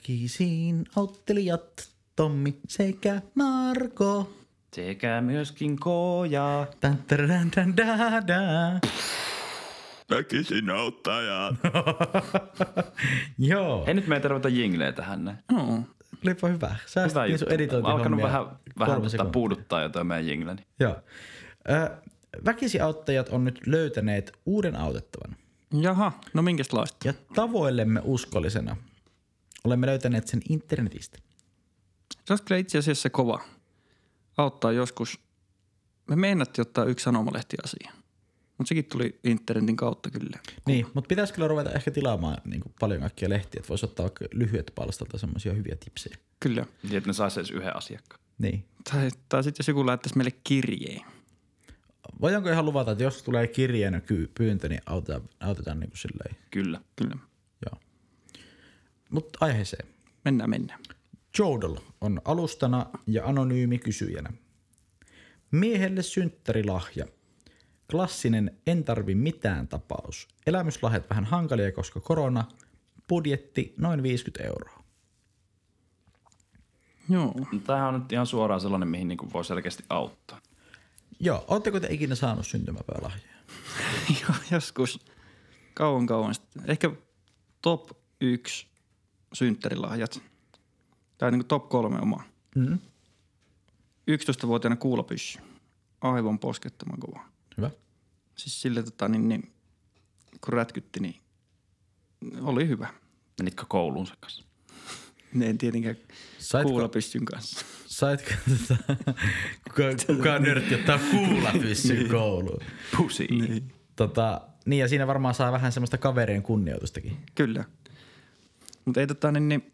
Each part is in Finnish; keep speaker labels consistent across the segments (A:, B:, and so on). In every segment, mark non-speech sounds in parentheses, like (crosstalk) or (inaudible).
A: Väkisin ottelijat Tommi sekä Marko.
B: Sekä myöskin koja.
A: Tän tärän tän dää dää.
C: Väkisin auttajaa.
A: Joo.
B: Ei nyt meitä tarvita jingleä tähän. näin.
A: No, olipa hyvä.
B: Hyvä
A: Säästettiin
B: juttu.
A: sun editointi.
B: Mä oon alkanut vähän, vähän tota
A: sekuntia.
B: puuduttaa jotain meidän niin jingleni.
A: Joo. Ö, väkisiauttajat on nyt löytäneet uuden autettavan.
C: Jaha, no minkäslaista?
A: Ja tavoillemme uskollisena olemme löytäneet sen internetistä.
C: Se olisi kyllä itse asiassa kova. Auttaa joskus. Me meinattiin ottaa yksi sanomalehti asia. Mutta sekin tuli internetin kautta kyllä.
A: Niin, mutta pitäisi kyllä ruveta ehkä tilaamaan niin kuin paljon kaikkia lehtiä, että voisi ottaa vaikka lyhyet palstalta semmoisia hyviä tipsejä.
C: Kyllä.
B: Niin, että ne saisi edes yhden asiakkaan.
A: Niin.
C: Tai, tai sitten jos joku lähettäisi meille kirjeen.
A: Voidaanko ihan luvata, että jos tulee kirjeenä ky- pyyntö, niin autetaan, autetaan niin kuin silleen.
B: Kyllä.
C: Kyllä.
A: Joo. Mutta aiheeseen.
C: Mennään, mennään.
A: Jodel on alustana ja anonyymi kysyjänä. Miehelle synttärilahja. Klassinen en tarvi mitään tapaus. Elämyslahjat vähän hankalia, koska korona. Budjetti noin 50 euroa.
C: (laughs) Joo.
B: No, Tämähän on nyt ihan suoraan sellainen, mihin niin voi selkeästi auttaa.
A: Joo, ootteko te ikinä saanut syntymäpäivälahjaa?
C: Joo, joskus kauan kauan sitten. Ehkä top yksi synttärilahjat. Tai niin top kolme omaa.
A: Mm.
C: 11-vuotiaana kuulapyssy. Aivan poskettaman kova.
A: Hyvä.
C: Siis sille tota, niin, niin, kun rätkytti, niin oli hyvä.
B: Menitkö kouluun sen kanssa?
C: Ne en tietenkään
A: Saitko-
C: kuulapyssyn kanssa.
A: Saitko tätä, kuka, kuka nörtti ottaa kuulla pyssyn kouluun?
B: Pusi. Niin.
A: Tota, niin ja siinä varmaan saa vähän semmoista kaverien kunnioitustakin.
C: Kyllä. Mutta ei tota niin, niin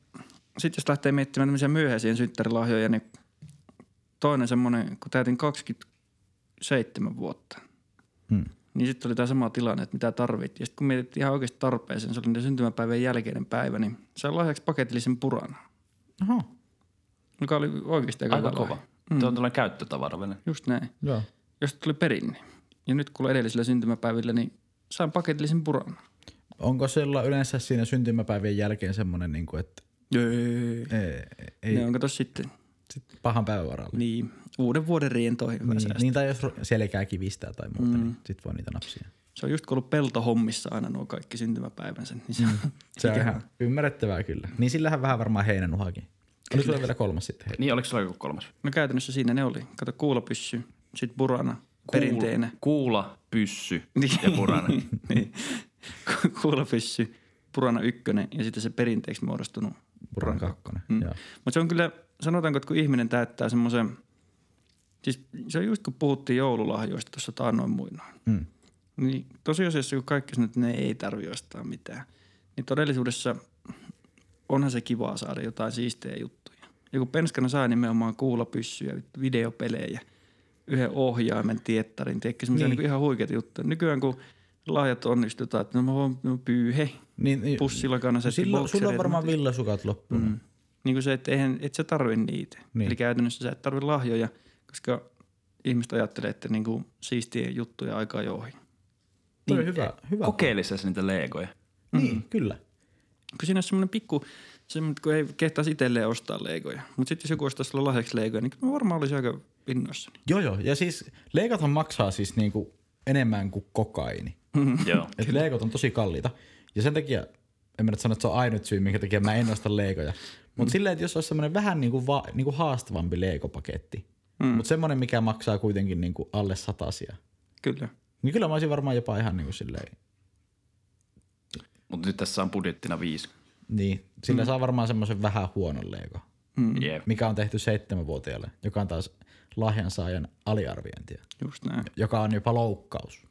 C: sitten jos lähtee miettimään tämmöisiä myöhäisiä synttärilahjoja, niin toinen semmoinen, kun täytin 27 vuotta,
A: Hmm.
C: niin sitten oli tämä sama tilanne, että mitä tarvit. Ja sitten kun mietittiin ihan oikeasti tarpeeseen, se oli niiden syntymäpäivän jälkeinen päivä, niin sain lahjaksi paketillisen purana,
A: Oho,
C: joka oli oikeasti aika,
B: Aika kova.
C: lahja.
B: Mm. Tuo on tällainen käyttötavaravene.
C: Just näin.
A: joo.
C: Josta tuli perinne. Ja nyt kun oli edellisellä syntymäpäivillä, niin sain paketillisen purana.
A: Onko sillä yleensä siinä syntymäpäivien jälkeen semmoinen, niin kuin, että
C: Ei.
A: ei, e, ei
C: Ne on kato sitten.
A: sit pahan päivän varalle?
C: Niin, uuden vuoden rientoihin hyvä
A: Niin,
C: säästö.
A: niin, tai jos ru- selkää kivistää tai muuta, mm. niin sit voi niitä napsia.
C: Se on just kun ollut peltohommissa aina nuo kaikki syntymäpäivänsä. Niin
A: Mm.
C: se, on-
A: Se on ihan ymmärrettävää kyllä. Niin sillähän vähän varmaan heinänuhakin. Oli sulla vielä kolmas sitten. hei?
B: Niin, oliko sulla joku kolmas?
C: No käytännössä siinä ne oli. Kato kuulapyssy, sit burana, perinteinä.
B: Kuula, kuula pyssy
C: Niin.
B: ja puranen.
C: (laughs) niin. Ku- Kuulapyssy, purana ykkönen ja sitten se perinteeksi muodostunut.
A: Puran kakkonen. Mm. Joo.
C: Mutta se on kyllä, sanotaanko, että kun ihminen täyttää semmoisen, siis se on just kun puhuttiin joululahjoista tuossa taannoin muinoin.
A: Mm.
C: Niin tosiasiassa kun kaikki sanoo, että ne ei tarvi ostaa mitään, niin todellisuudessa onhan se kivaa saada jotain siistejä juttuja. Ja kun penskana saa nimenomaan kuulapyssyjä, vittu videopelejä, yhden ohjaimen, tiettarin, tiedätkö semmoisia
A: Niin.
C: niin. niin ihan huikeita juttuja. Nykyään kun lahjat onnistutaan, että no mä voin no pyyhe,
A: Niin, niin-
C: pussilla
A: No
C: kanssa.
A: silloin, sulla on varmaan villasukat loppuun. Mm.
C: Niin kuin se, että eihän, et sä tarvi niitä.
A: Niin.
C: Niin. Eli käytännössä sä et tarvi lahjoja, koska ihmiset ajattelee, että niinku siistiä juttuja aikaa jo ohi.
A: Toi on hyvä. hyvä.
B: Kokeilissa sä niitä leegoja.
A: eh, Niin, kyllä.
C: Kun siinä on semmoinen pikku, semmoinen, kun ei kehtaisi itselleen ostaa leikoja. Mutta sitten jos joku ostaisi sulla lahjaksi leikoja, niin mä varmaan olisin aika innoissani.
A: Joo, joo. Ja siis leikathan maksaa siis niinku enemmän kuin kokaini.
B: Joo.
A: Et leikot on tosi kalliita. Ja sen takia, en mä nyt sano, että se on ainut syy, minkä takia mä en osta leikoja. Mutta silleen, että jos olisi semmoinen vähän niinku, va, niinku haastavampi leikopaketti, mm. mutta semmoinen, mikä maksaa kuitenkin niinku alle satasia,
C: Kyllä.
A: niin kyllä mä olisin varmaan jopa ihan niinku silleen,
B: Mutta nyt tässä on budjettina viisi.
A: niin, sillä mm. saa varmaan semmoisen vähän huonon leikon,
B: Mm. Jep.
A: mikä on tehty seitsemänvuotiaalle, joka on taas lahjansaajan aliarviointia,
C: Just näin.
A: joka on jopa loukkaus.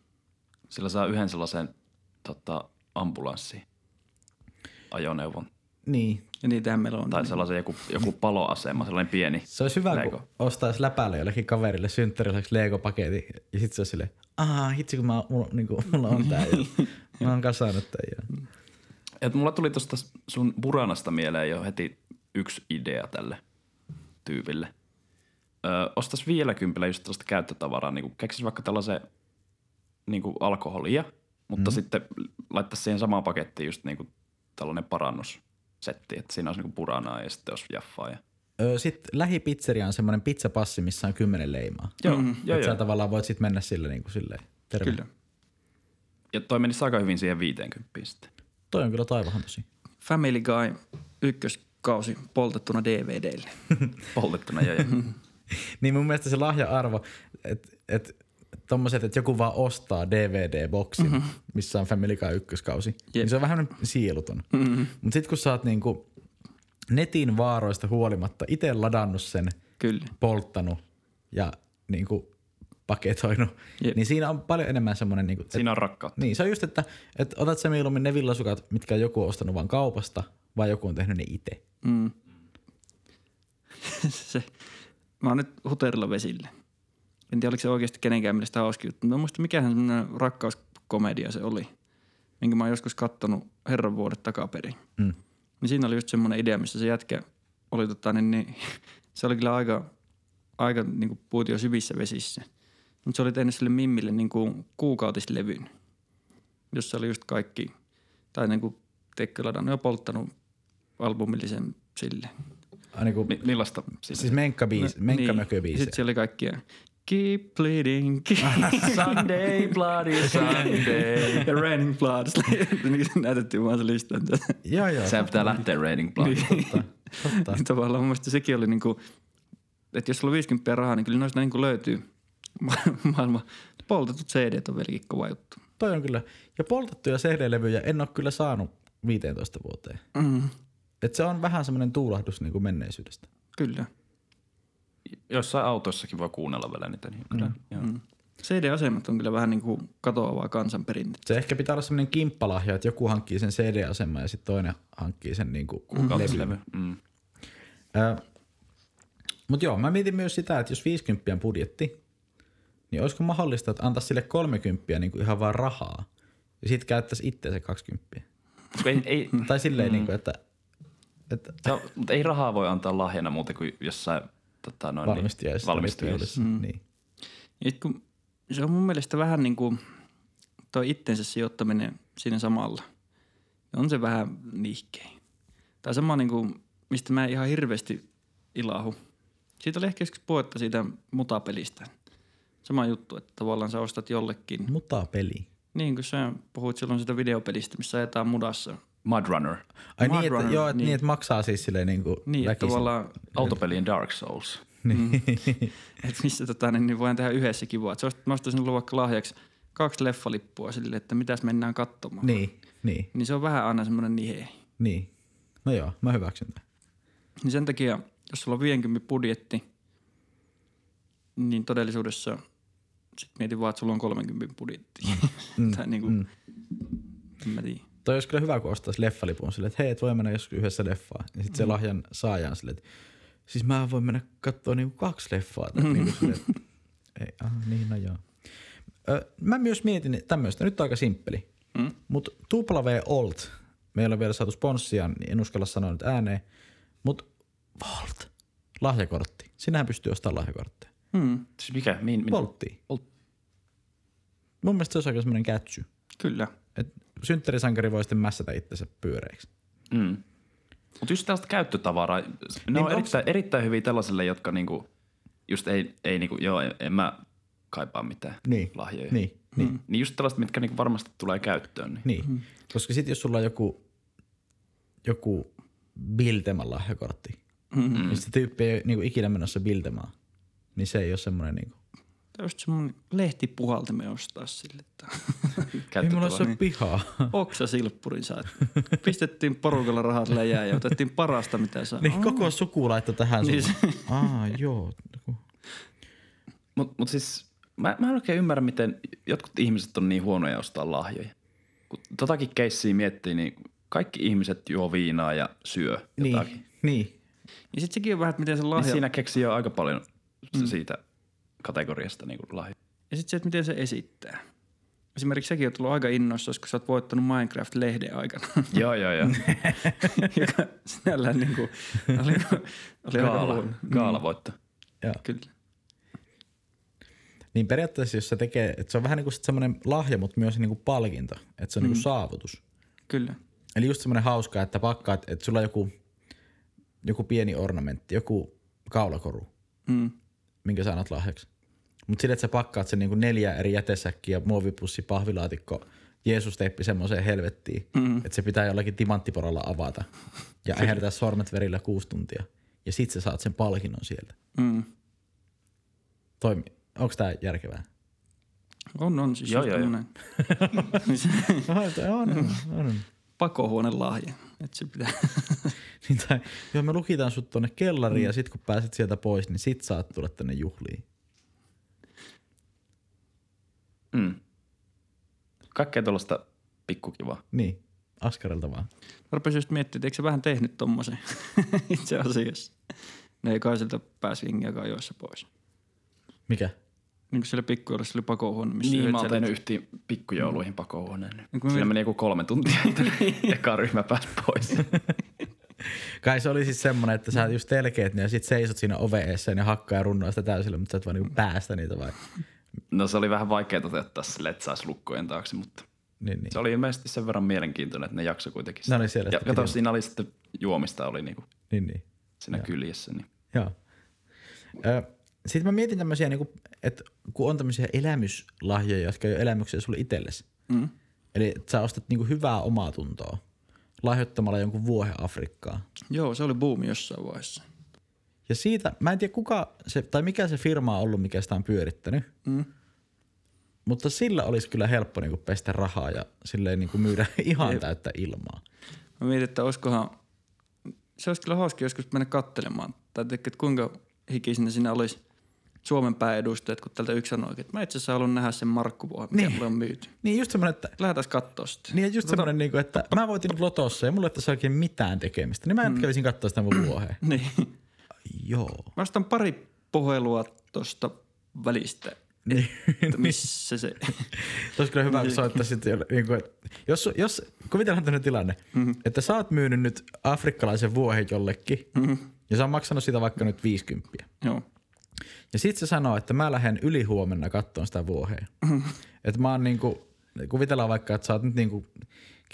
B: Sillä saa yhden sellaisen tota, ambulanssi ajoneuvon
A: Niin,
C: Ja niitähän meillä on.
B: tai sellaisen joku, joku paloasema, sellainen pieni.
A: Se olisi hyvä, Lego. kun
B: Lego.
A: ostaisi läpäälle jollekin kaverille synttärilaiseksi Lego-paketin ja sit se olisi silleen, aah hitsi kun mä, mulla, niin kuin, mulla on tää (laughs) jo. Mä oon kasannut tän jo.
B: Et mulla tuli tuosta sun buranasta mieleen jo heti yksi idea tälle tyypille. Ö, ostas 50 just tällaista käyttötavaraa, niin keksis vaikka tällaisen niin alkoholia, mutta mm. sitten laittaisi siihen samaan pakettiin just niin tällainen parannus setti. niinku Että siinä olisi niinku puranaa ja sitten olisi jaffaa. Ja...
A: Öö, Sitten lähipizzeria on semmoinen pizzapassi, missä on kymmenen leimaa.
B: Joo, mm, joo,
A: Joo, sä
B: joo.
A: tavallaan voit sitten mennä sille niin kuin silleen. Terve.
C: Kyllä.
B: Ja toi menisi aika hyvin siihen 50 sitten.
A: Toi on kyllä taivahan tosi.
C: Family Guy ykköskausi poltettuna DVDlle.
A: (laughs)
B: Poltettuna jo. ja-
A: Niin mun mielestä se lahja-arvo, että et, tommoset, että joku vaan ostaa DVD-boksin,
C: Mhm.
A: mm-hmm. missä on Family Guy ykköskausi, yep. niin se on vähän sieluton.
C: Mhm.
A: Mm-hmm. Mutta sitten kun sä oot niinku netin vaaroista huolimatta itse ladannut sen,
C: Kyllä.
A: polttanut ja niinku paketoinut,
C: Jep.
A: yep. niin siinä on paljon enemmän semmoinen niinku,
B: Siinä on rakkautta.
A: Niin, se on just, että, että otat sä mieluummin ne villasukat, mitkä joku on ostanut vaan kaupasta, vai joku on tehnyt ne itse.
C: Mm. (laughs) se, mä oon nyt huterilla vesille. En tiedä, oliko se oikeasti kenenkään mielestä hauska juttu. Mä en muista, mikähän semmoinen rakkauskomedia se oli, minkä mä oon joskus kattonut herran vuodet takaperin.
A: Mm.
C: Niin siinä oli just semmoinen idea, missä se jätkä oli tota, niin, niin, (laughs) se oli kyllä aika, aika niin kuin puutio syvissä vesissä. Mutta se oli tehnyt sille mimmille niin kuin kuukautislevyn, jossa oli just kaikki, tai niin kuin tekkö ladannut ja polttanut albumillisen sille.
A: Ai Niinku,
B: Mi- millaista siis,
A: siis menkka biisi, menkka
C: niin.
A: mököbiisi.
C: Sitten siellä oli kaikkia Keep bleeding, keep
B: Sunday, bloody Sunday.
C: the raining bloods. (laughs) Niin se Näytettiin vaan se lista.
A: Joo, joo.
B: Sehän pitää lähteä Raining Blood.
A: Totta, totta.
C: Niin Tavallaan mun mielestä sekin oli niinku, että jos sulla on 50 rahaa, niin kyllä noista niinku löytyy (laughs) ma- maailman poltetut CD on vieläkin kova juttu.
A: Toi on kyllä. Ja poltettuja CD-levyjä en ole kyllä saanut 15 vuoteen.
C: Mm,
A: Et se on vähän semmoinen tuulahdus niin kuin menneisyydestä.
C: kyllä.
B: Jossain autoissakin voi kuunnella vielä niitä. Niin
A: Mm.
B: kyllä. Joo.
C: CD-asemat on kyllä vähän niinku katoavaa kansanperinnettä.
A: Se ehkä pitää olla semmoinen kimppalahja, että joku hankkii sen CD-aseman ja sitten toinen hankkii sen niin kuin
B: Kautislevy. Mm.
A: Mutta joo, mä mietin myös sitä, että jos 50 on budjetti, niin olisiko mahdollista, että antaisi sille 30 niin kuin ihan vaan rahaa ja sitten käyttäisi itse se 20.
B: Ei, ei,
A: Tai silleen, mm. niin kuin, että, että
B: no, mutta ei rahaa voi antaa lahjana muuta kuin jossain tota, noin,
A: niin, valmistujaisissa.
B: valmistujaisissa.
A: Mm. Niin.
C: Et kun, se on mun mielestä vähän niin kuin tuo itsensä sijoittaminen siinä samalla. On se vähän nihkeä. Tai sama niin kuin, mistä mä en ihan hirveästi ilahu. Siitä oli ehkä joskus puhetta siitä mutapelistä. Sama juttu, että tavallaan sä ostat jollekin.
A: Mutta peli.
C: Niin kuin sä puhuit silloin sitä videopelistä, missä ajetaan mudassa.
B: Mud Runner.
A: Ai
C: Mud
A: niin, että,
C: Runner,
A: joo, että, niin.
C: niin.
A: niin, että maksaa siis silleen niin kuin
C: Niin, että
A: väkisin.
C: Mm.
A: Niin.
C: tavallaan,
B: Autopelien Dark Souls.
C: että missä tota, niin, niin voidaan tehdä yhdessä kivaa. Että sä ostat- mä ostaisin sulle vaikka lahjaksi kaksi leffalippua sille, että mitäs mennään
A: (laughs)
C: katsomaan.
A: Niin, niin,
C: Niin se on vähän aina semmoinen nihe.
A: niin. No joo, mä hyväksyn tämän.
C: Niin sen takia, jos sulla on 50 budjetti, niin todellisuudessa sit mietin vaan, että sulla on 30 budjetti. Mm, (laughs) tai niinku, mm. en mä tiedä.
A: Toi olisi kyllä hyvä, kun ostaisi leffalipun silleen, että hei, et voi mennä joskus yhdessä leffaan. Ja sitten se lahjan saaja on silleen, että siis mä voin mennä katsoa niinku kaksi leffaa. Tai niinku silleen, että ei, aha, niin, no joo. Ö, mä myös mietin tämmöistä, nyt on aika simppeli. Mm. Mutta W Olt, meillä on vielä saatu sponssia, niin en uskalla sanoa nyt ääneen. Mutta Volt, lahjakortti. Sinähän pystyy ostamaan lahjakortteja.
C: Mm,
B: Siis mikä? Min, min,
A: Volttiin. Mun mielestä se olisi aika semmoinen kätsy.
C: kyllä.
A: Et synttärisankari voi sitten mässätä itsensä pyöreiksi.
B: Mm. Mutta just tällaista käyttötavaraa, ne niin on
A: onks-
B: erittäin, erittäin hyviä tällaisille, jotka niinku, just ei, ei niinku, joo, en, en mä kaipaa mitään
A: Niin.
B: lahjoja.
A: Niin, niin,
B: Mm. Niin just tällaiset, mitkä niinku varmasti tulee käyttöön. Niin.
A: niin. Koska sitten jos sulla on joku, joku Bilteman lahjakortti, mm-hmm. niin se tyyppi ei ole niinku ikinä menossa Biltemaan, niin se ei ole semmoinen niinku.
C: Tämä on just semmoinen lehtipuhaltimen ostaa sille. Että
A: Ei mulla
B: Käyttötavaraa.
A: ole se pihaa.
C: oksa silppurin saat. Pistettiin porukalla rahat läjään ja otettiin parasta mitä
A: (laughs)
C: saa.
A: niin koko suku laittoi tähän
C: Niin
A: niin Aa, joo.
B: Mutta mut siis mä, mä en oikein ymmärrä, miten jotkut ihmiset on niin huonoja ostaa lahjoja. Kun totakin keissiä miettii, niin kaikki ihmiset juo viinaa ja syö jotakin.
A: Niin, niin.
C: Ja sit sekin on vähän, että miten se
B: Niin
C: lahja...
B: siinä keksii jo aika paljon mm. siitä kategoriasta niin lahjoja.
C: Ja sitten se, että miten se esittää. Esimerkiksi säkin oot tullut aika innoissa, kun sä oot voittanut Minecraft-lehden aikana.
B: joo, joo, (laughs) joo.
C: (laughs) joka sinällään niin
B: (laughs)
C: kuin, oli, oli aika
B: Kaala,
C: huono.
B: kaalavoitto.
A: Joo.
C: Kyllä.
A: Niin periaatteessa jos se tekee, että se on vähän niinku sit semmoinen lahja, mutta myös niinku palkinto, että se on niinku saavutus.
C: Kyllä.
A: Eli just semmoinen hauska, että pakkaat, että sulla on joku, joku pieni ornamentti, joku kaulakoru,
C: Mm.
A: minkä sä annat lahjaksi. Mutta sille, että sä pakkaat sen niinku neljä eri jätesäkkiä, muovipussi, pahvilaatikko, Jeesus-teppi semmoiseen helvettiin, mm. että se pitää jollakin timanttiporalla avata ja ähertää sormet verillä kuusi tuntia. Ja sit sä saat sen palkinnon sieltä.
C: Mm.
A: Toimi. Onko tää järkevää?
C: On, on siis
B: Joo,
C: joo, just
B: joo, joo.
C: tämmönen niin se-
A: on, on, on.
C: pakohuonelahja. Että se pitää. (laughs)
A: (laughs) Niin tai, joo, me lukitaan sut tonne kellariin mm. ja sit kun pääset sieltä pois, niin sit saat tulla tänne juhliin.
B: Mm. Kaikkea tuollaista pikkukivaa.
A: Niin, askarelta vaan.
C: Mä rupesin just miettimään, että eikö se vähän tehnyt tommosen (laughs) itse asiassa. Ne ei kai siltä pääsi jengiäkään joissa pois.
A: Mikä?
C: Niin kuin siellä pikkujoulussa oli pakohuone, missä
B: Niin,
C: yhdet
B: mä oon
C: siellä-
B: tehnyt Mm. Niin yhtiin pikkujouluihin pakohuoneen.
C: No
B: Nyt.
C: kun mä
B: Siinä
C: mietin-
B: meni joku kolme (laughs) tuntia, että eka ryhmä pääsi pois.
A: Kai se oli siis semmonen, että sä just telkeet ne ja sit seisot siinä oveessa ja ne hakkaa ja runnoa sitä täysillä, mutta sä et vaan niinku päästä niitä vai?
B: No se oli vähän vaikea toteuttaa sille, että saisi lukkojen taakse, mutta
A: Niin, niin.
B: se oli ilmeisesti sen verran mielenkiintoinen, että ne jakso kuitenkin.
A: No niin,
B: sitä.
A: siellä
B: ja
A: sitä piti
B: kato,
A: olla.
B: siinä oli sitten juomista oli niinku
A: niin, niin.
B: siinä kyljessä. Niin.
A: Joo. Sitten mä mietin tämmöisiä, niinku, että kun on tämmöisiä elämyslahjoja, jotka ei ole elämyksiä sulle itsellesi. Mm. Eli että sä ostat niinku hyvää omaa tuntoa lahjoittamalla jonkun vuohen Afrikkaan.
C: Joo, se oli buumi jossain vaiheessa.
A: Ja siitä, mä en tiedä kuka se, tai mikä se firma on ollut, mikä sitä on pyörittänyt. Mm. Mutta sillä olisi kyllä helppo niinku pestä rahaa ja silleen niinku myydä (laughs) ihan täyttä ilmaa.
C: Mä mietin, että olisikohan, se olisi kyllä hauska joskus mennä kattelemaan. Tai tiedätkö, että kuinka hikisinä siinä olisi Suomen pääedustajat, kun tältä yksi sanoi, että mä itse asiassa haluan nähdä sen Markkuvuohen, mikä mulle on myyty.
A: Niin just semmoinen, että
C: Lähdetään katsoa sitä.
A: niin just semmoinen, niinku, että mä voitin nyt lotossa ja mulla ei tässä oikein mitään tekemistä. Niin mä mm. kävisin katsoa sitä (clears throat) mun vuoheen.
C: (laughs) Niin.
A: Joo.
C: Mä ostan pari puhelua tuosta välistä,
A: Niin.
C: että missä se...
A: Se
C: (laughs)
A: olisi kyllä hyvä, kun soittaisit, jolle- niin kuin, että jos, jos kuvitellaan tämmöinen tilanne, mm-hmm. että sä oot myynyt nyt afrikkalaisen vuohen jollekin, mm-hmm. ja sä oot maksanut sitä vaikka nyt 50.
C: Joo.
A: Ja sit se sanoo, että mä lähden yli huomenna kattoon sitä vuohea. Mm-hmm. Että mä oon niinku, kuvitellaan vaikka, että sä oot nyt niinku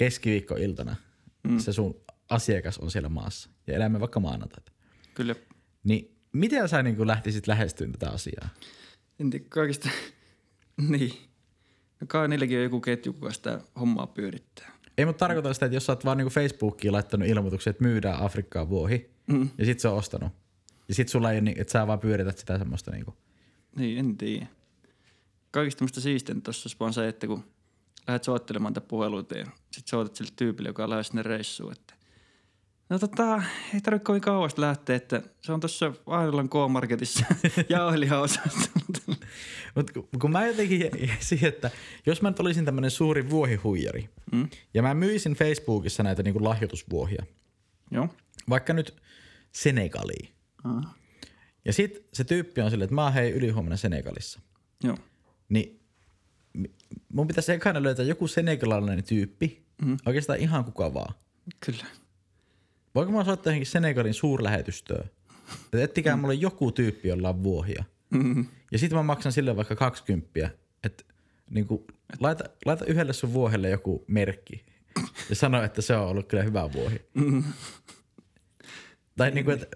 A: keskiviikkoiltana, mm. se sun asiakas on siellä maassa, ja elämme vaikka maanantaita.
C: Kyllä.
A: Niin miten sä niinku lähtisit lähestyyn tätä asiaa?
C: En tiedä kaikista... (laughs) niin. No kai niilläkin on joku ketju, kuka sitä hommaa pyörittää.
A: Ei, mutta tarkoitan sitä, että jos sä oot vaan niinku Facebookiin laittanut ilmoituksen, että myydään Afrikkaa vuohi, mm. ja sit se on ostanut. Ja sit sulla ei, ni- että sä vaan pyörität sitä semmoista niinku.
C: Niin, en tiedä. Kaikista tämmöistä siisten tuossa olisi vaan se, että kun lähdet soittelemaan tätä puheluita ja sit soitat sille tyypille, joka on lähes sinne reissuun, että No tota, ei tarvitse kovin kauas lähteä, että se on tuossa Ainolan K-marketissa (laughs) jauhelihaosastolla.
A: Mut ku- kun mä jotenkin jä- jä- siihen, että jos mä nyt olisin tämmönen suuri vuohihuijari, mm. ja mä myisin Facebookissa näitä niinku lahjoitusvuohia,
C: (laughs) Joo.
A: vaikka nyt Senegaliin.
C: Ah.
A: Ja sit se tyyppi on silleen, että mä oon hei ylihuomenna Senegalissa.
C: Joo.
A: niin mi- mun pitäisi ekana löytää joku senegalainen tyyppi, mm. oikeastaan ihan kuka vaan.
C: Kyllä.
A: Voinko mä soittaa johonkin Senegalin suurlähetystöön? Että ettikää mm. mulle joku tyyppi, jolla on vuohia.
C: Mm-hmm.
A: Mm. Ja sitten mä maksan sille vaikka 20, että niinku, laita, laita yhdelle sun vuohelle joku merkki. Ja sano, että se on ollut kyllä hyvä vuohi. Mm.
C: Mm-hmm.
A: Tai niinku, että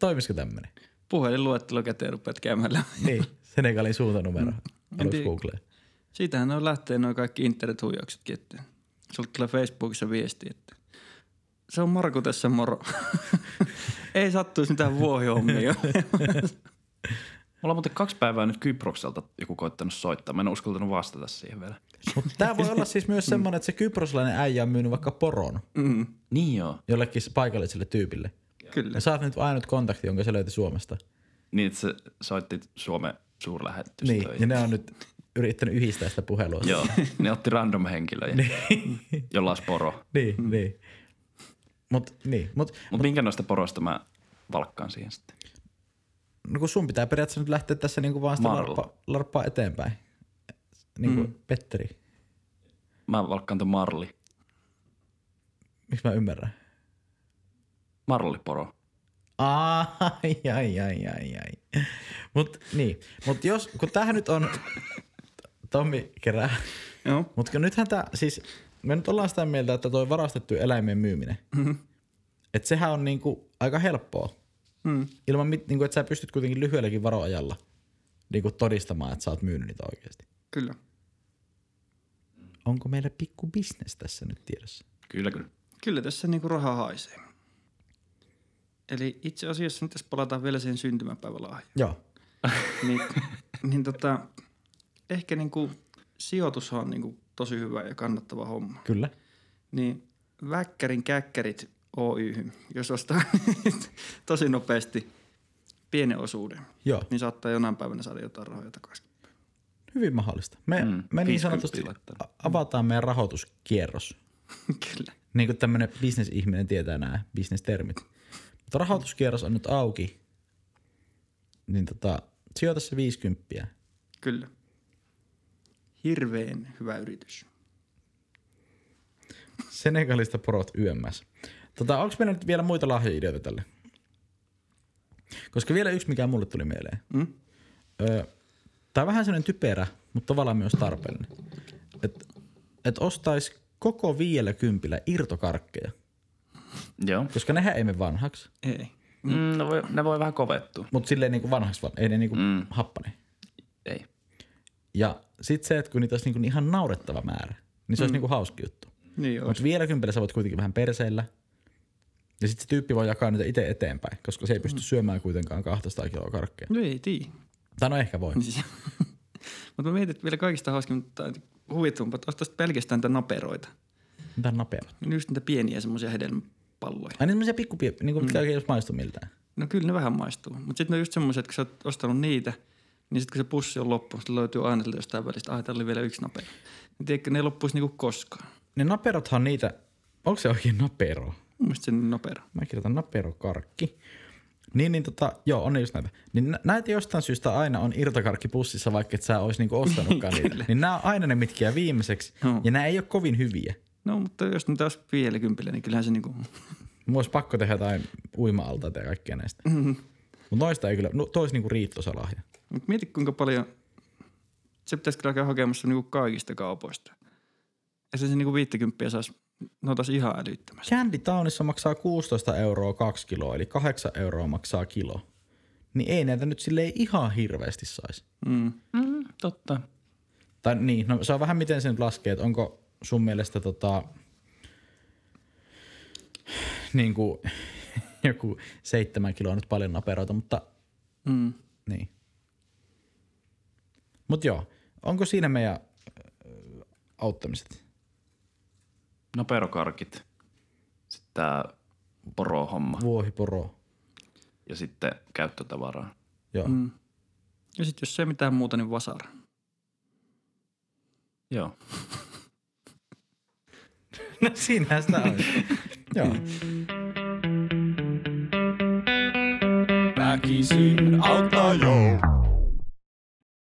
A: toimisiko tämmönen?
C: Puhelinluettelo käteen rupeat käymään läpi.
A: Niin, Senegalin suuntanumero. Aluksi
C: tiedä.
A: Googleen.
C: Siitähän on lähtee noin kaikki internethuijauksetkin, että sulle tulee Facebookissa viesti, että se on Marku tässä moro. (laughs) Ei sattuisi mitään vuohihommia.
B: Mulla on muuten kaksi päivää nyt Kyprokselta joku koittanut soittaa. Mä en ole uskaltanut vastata siihen vielä.
A: Mutta tämä voi olla siis myös semmoinen, että se kyproslainen äijä on myynyt vaikka poron
C: mm,
B: Niin joo.
A: jollekin paikalliselle tyypille.
C: kyllä.
A: Ja sä oot nyt ainut kontakti, jonka se löyti Suomesta.
B: Niin, että se soitti Suomen suurlähetystöön.
A: Niin, ja ne on nyt yrittänyt yhdistää sitä puhelua.
B: Joo, ne otti random henkilöjä, Niin. jolla olisi poro.
A: Niin, mm. niin. Mut, niin. Mut,
B: Mutta minkä noista poroista mä valkkaan siihen sitten?
A: no kun sun pitää periaatteessa nyt lähteä tässä niinku vaan sitä
B: Marla.
A: larppaa, larppaa eteenpäin. Niinku mm. Petteri.
B: Mä valkkaan ton Marli.
A: Miksi mä ymmärrän?
B: Marliporo.
A: Aa, Ai, ai, ai, ai, ai. Mut, niin. Mut jos, kun tämähän nyt on... Tommi kerää
C: Joo.
A: Mutta nythän tämä siis, me nyt ollaan sitä mieltä, että toi varastettu eläimen myyminen, mm-hmm. että sehän on niinku aika helppoa. Mm. Ilman, mit, niinku, että sä pystyt kuitenkin lyhyelläkin varoajalla niinku todistamaan, että sä oot myynyt niitä oikeasti.
C: Kyllä.
A: Onko meillä pikku bisnes tässä nyt tiedossa?
B: Kyllä, kyllä.
C: Kyllä tässä niinku raha haisee. Eli itse asiassa nyt tässä palataan vielä siihen syntymäpäivälahjaan. (laughs)
A: Joo.
C: niin, niin tota, ehkä niinku sijoitushan on niinku tosi hyvä ja kannattava homma.
A: Kyllä.
C: Niin Väkkärin käkkärit Oyhyn, jos ostaa (laughs) tosi nopeasti pienen osuuden,
A: Joo.
C: niin saattaa jonain päivänä saada jotain rahoja takaisin. (laughs)
A: Hyvin mahdollista. Me, mm,
B: Mm,
A: me niin
B: 50
A: sanotusti
B: laittaa.
A: a- avataan meidän rahoituskierros.
C: Kyllä.
A: Niin kuin tämmöinen bisnesihminen tietää nämä bisnestermit. Mutta rahoituskierros on nyt auki. Niin tota, sijoita se 50.
C: Kyllä. Hirveän hyvä yritys.
A: Senegalista porot YMS. Tota, onko meillä nyt vielä muita lahjaideoita tälle? Koska vielä yksi, mikä mulle tuli mieleen. Mm? Öö, Tämä on vähän sellainen typerä, mutta tavallaan myös tarpeellinen. Että et ostaisi koko 50 irtokarkkeja,
B: Joo.
A: koska nehän ei mene vanhaksi.
C: Ei.
B: Mm, ne, voi, ne voi vähän kovettua.
A: Mutta silleen niinku vanhaksi vaan, ei ne niinku mm. happane.
B: Ei.
A: Ja sit se, että kun niitä olisi niinku ihan naurettava määrä, niin se olisi niinku hauska juttu.
C: Niin joo.
A: Mutta vielä kympillä sä voit kuitenkin vähän perseillä. Ja sitten se tyyppi voi jakaa niitä itse eteenpäin, koska se ei pysty syömään kuitenkaan 200 kiloa karkkeja.
C: No ei tii. (laughs)
A: Tai no ehkä voi.
C: Mm. Mutta mä mietin, että vielä kaikista hauskimmat huvittumpaa, että ostaisit pelkästään niitä naperoita.
A: Mitä napeella?
C: Niin Just niitä pieniä semmoisia hedelmäpalloja.
A: Ai niin semmoisia pikkupie, niin kuin mitä oikein edes maistu miltään.
C: No kyllä ne vähän maistuu. Mutta sitten ne on just semmoisia, että kun sä oot ostanut niitä, niin sitten kun se pussi on loppu, se löytyy aina sieltä jostain välistä. Ai, täällä oli vielä yksi napero. Niin tiedätkö, ne ei loppuisi niinku koskaan.
A: Ne naperothan on niitä, onko se oikein napero?
C: Mun mielestä se on niin napero.
A: Mä kirjoitan naperokarkki. Niin, niin tota, joo, on ne just näitä. Niin nä- näitä jostain syystä aina on irtokarkki pussissa, vaikka et sä ois niinku ostanutkaan niitä. Niin nämä on aina ne, mitkä jää viimeiseksi.
C: Joo.
A: Ja nämä ei ole kovin hyviä.
C: No, mutta jos niitä olisi vielä kympillä, niin kyllähän se niinku...
A: Mulla olisi pakko tehdä jotain uima-altaita ja kaikkea näistä. Mm-hmm. Mutta noista ei kyllä, no tois niinku riittosalahja.
C: Mut mieti kuinka paljon... Se pitäisi kyllä käydä hakemassa niinku kaikista kaupoista. Ja se, se niinku 50 saisi... No taas ihan älyttömästi.
A: Candy Townissa maksaa 16 euroa kaksi kiloa, eli 8 euroa maksaa kilo. Niin ei näitä nyt silleen ihan hirveästi saisi.
C: Mm.
B: Mm, totta.
A: Tai niin, no se on vähän miten sen nyt laskee, että onko sun mielestä tota, niin kuin, (laughs) joku seitsemän kiloa nyt paljon naperoita, mutta
C: Mm.
A: niin. Mut joo, onko siinä meidän ö, auttamiset?
B: Naperokarkit. No Sitten tää porohomma.
A: Vuohiporo.
B: Ja sitten käyttötavaraa.
A: Joo. Mm.
C: Mm. Ja sitten jos se ei mitään muuta, niin vasara.
B: Joo.
A: No siinähän sitä on. joo.
B: Väkisin auttaa joo.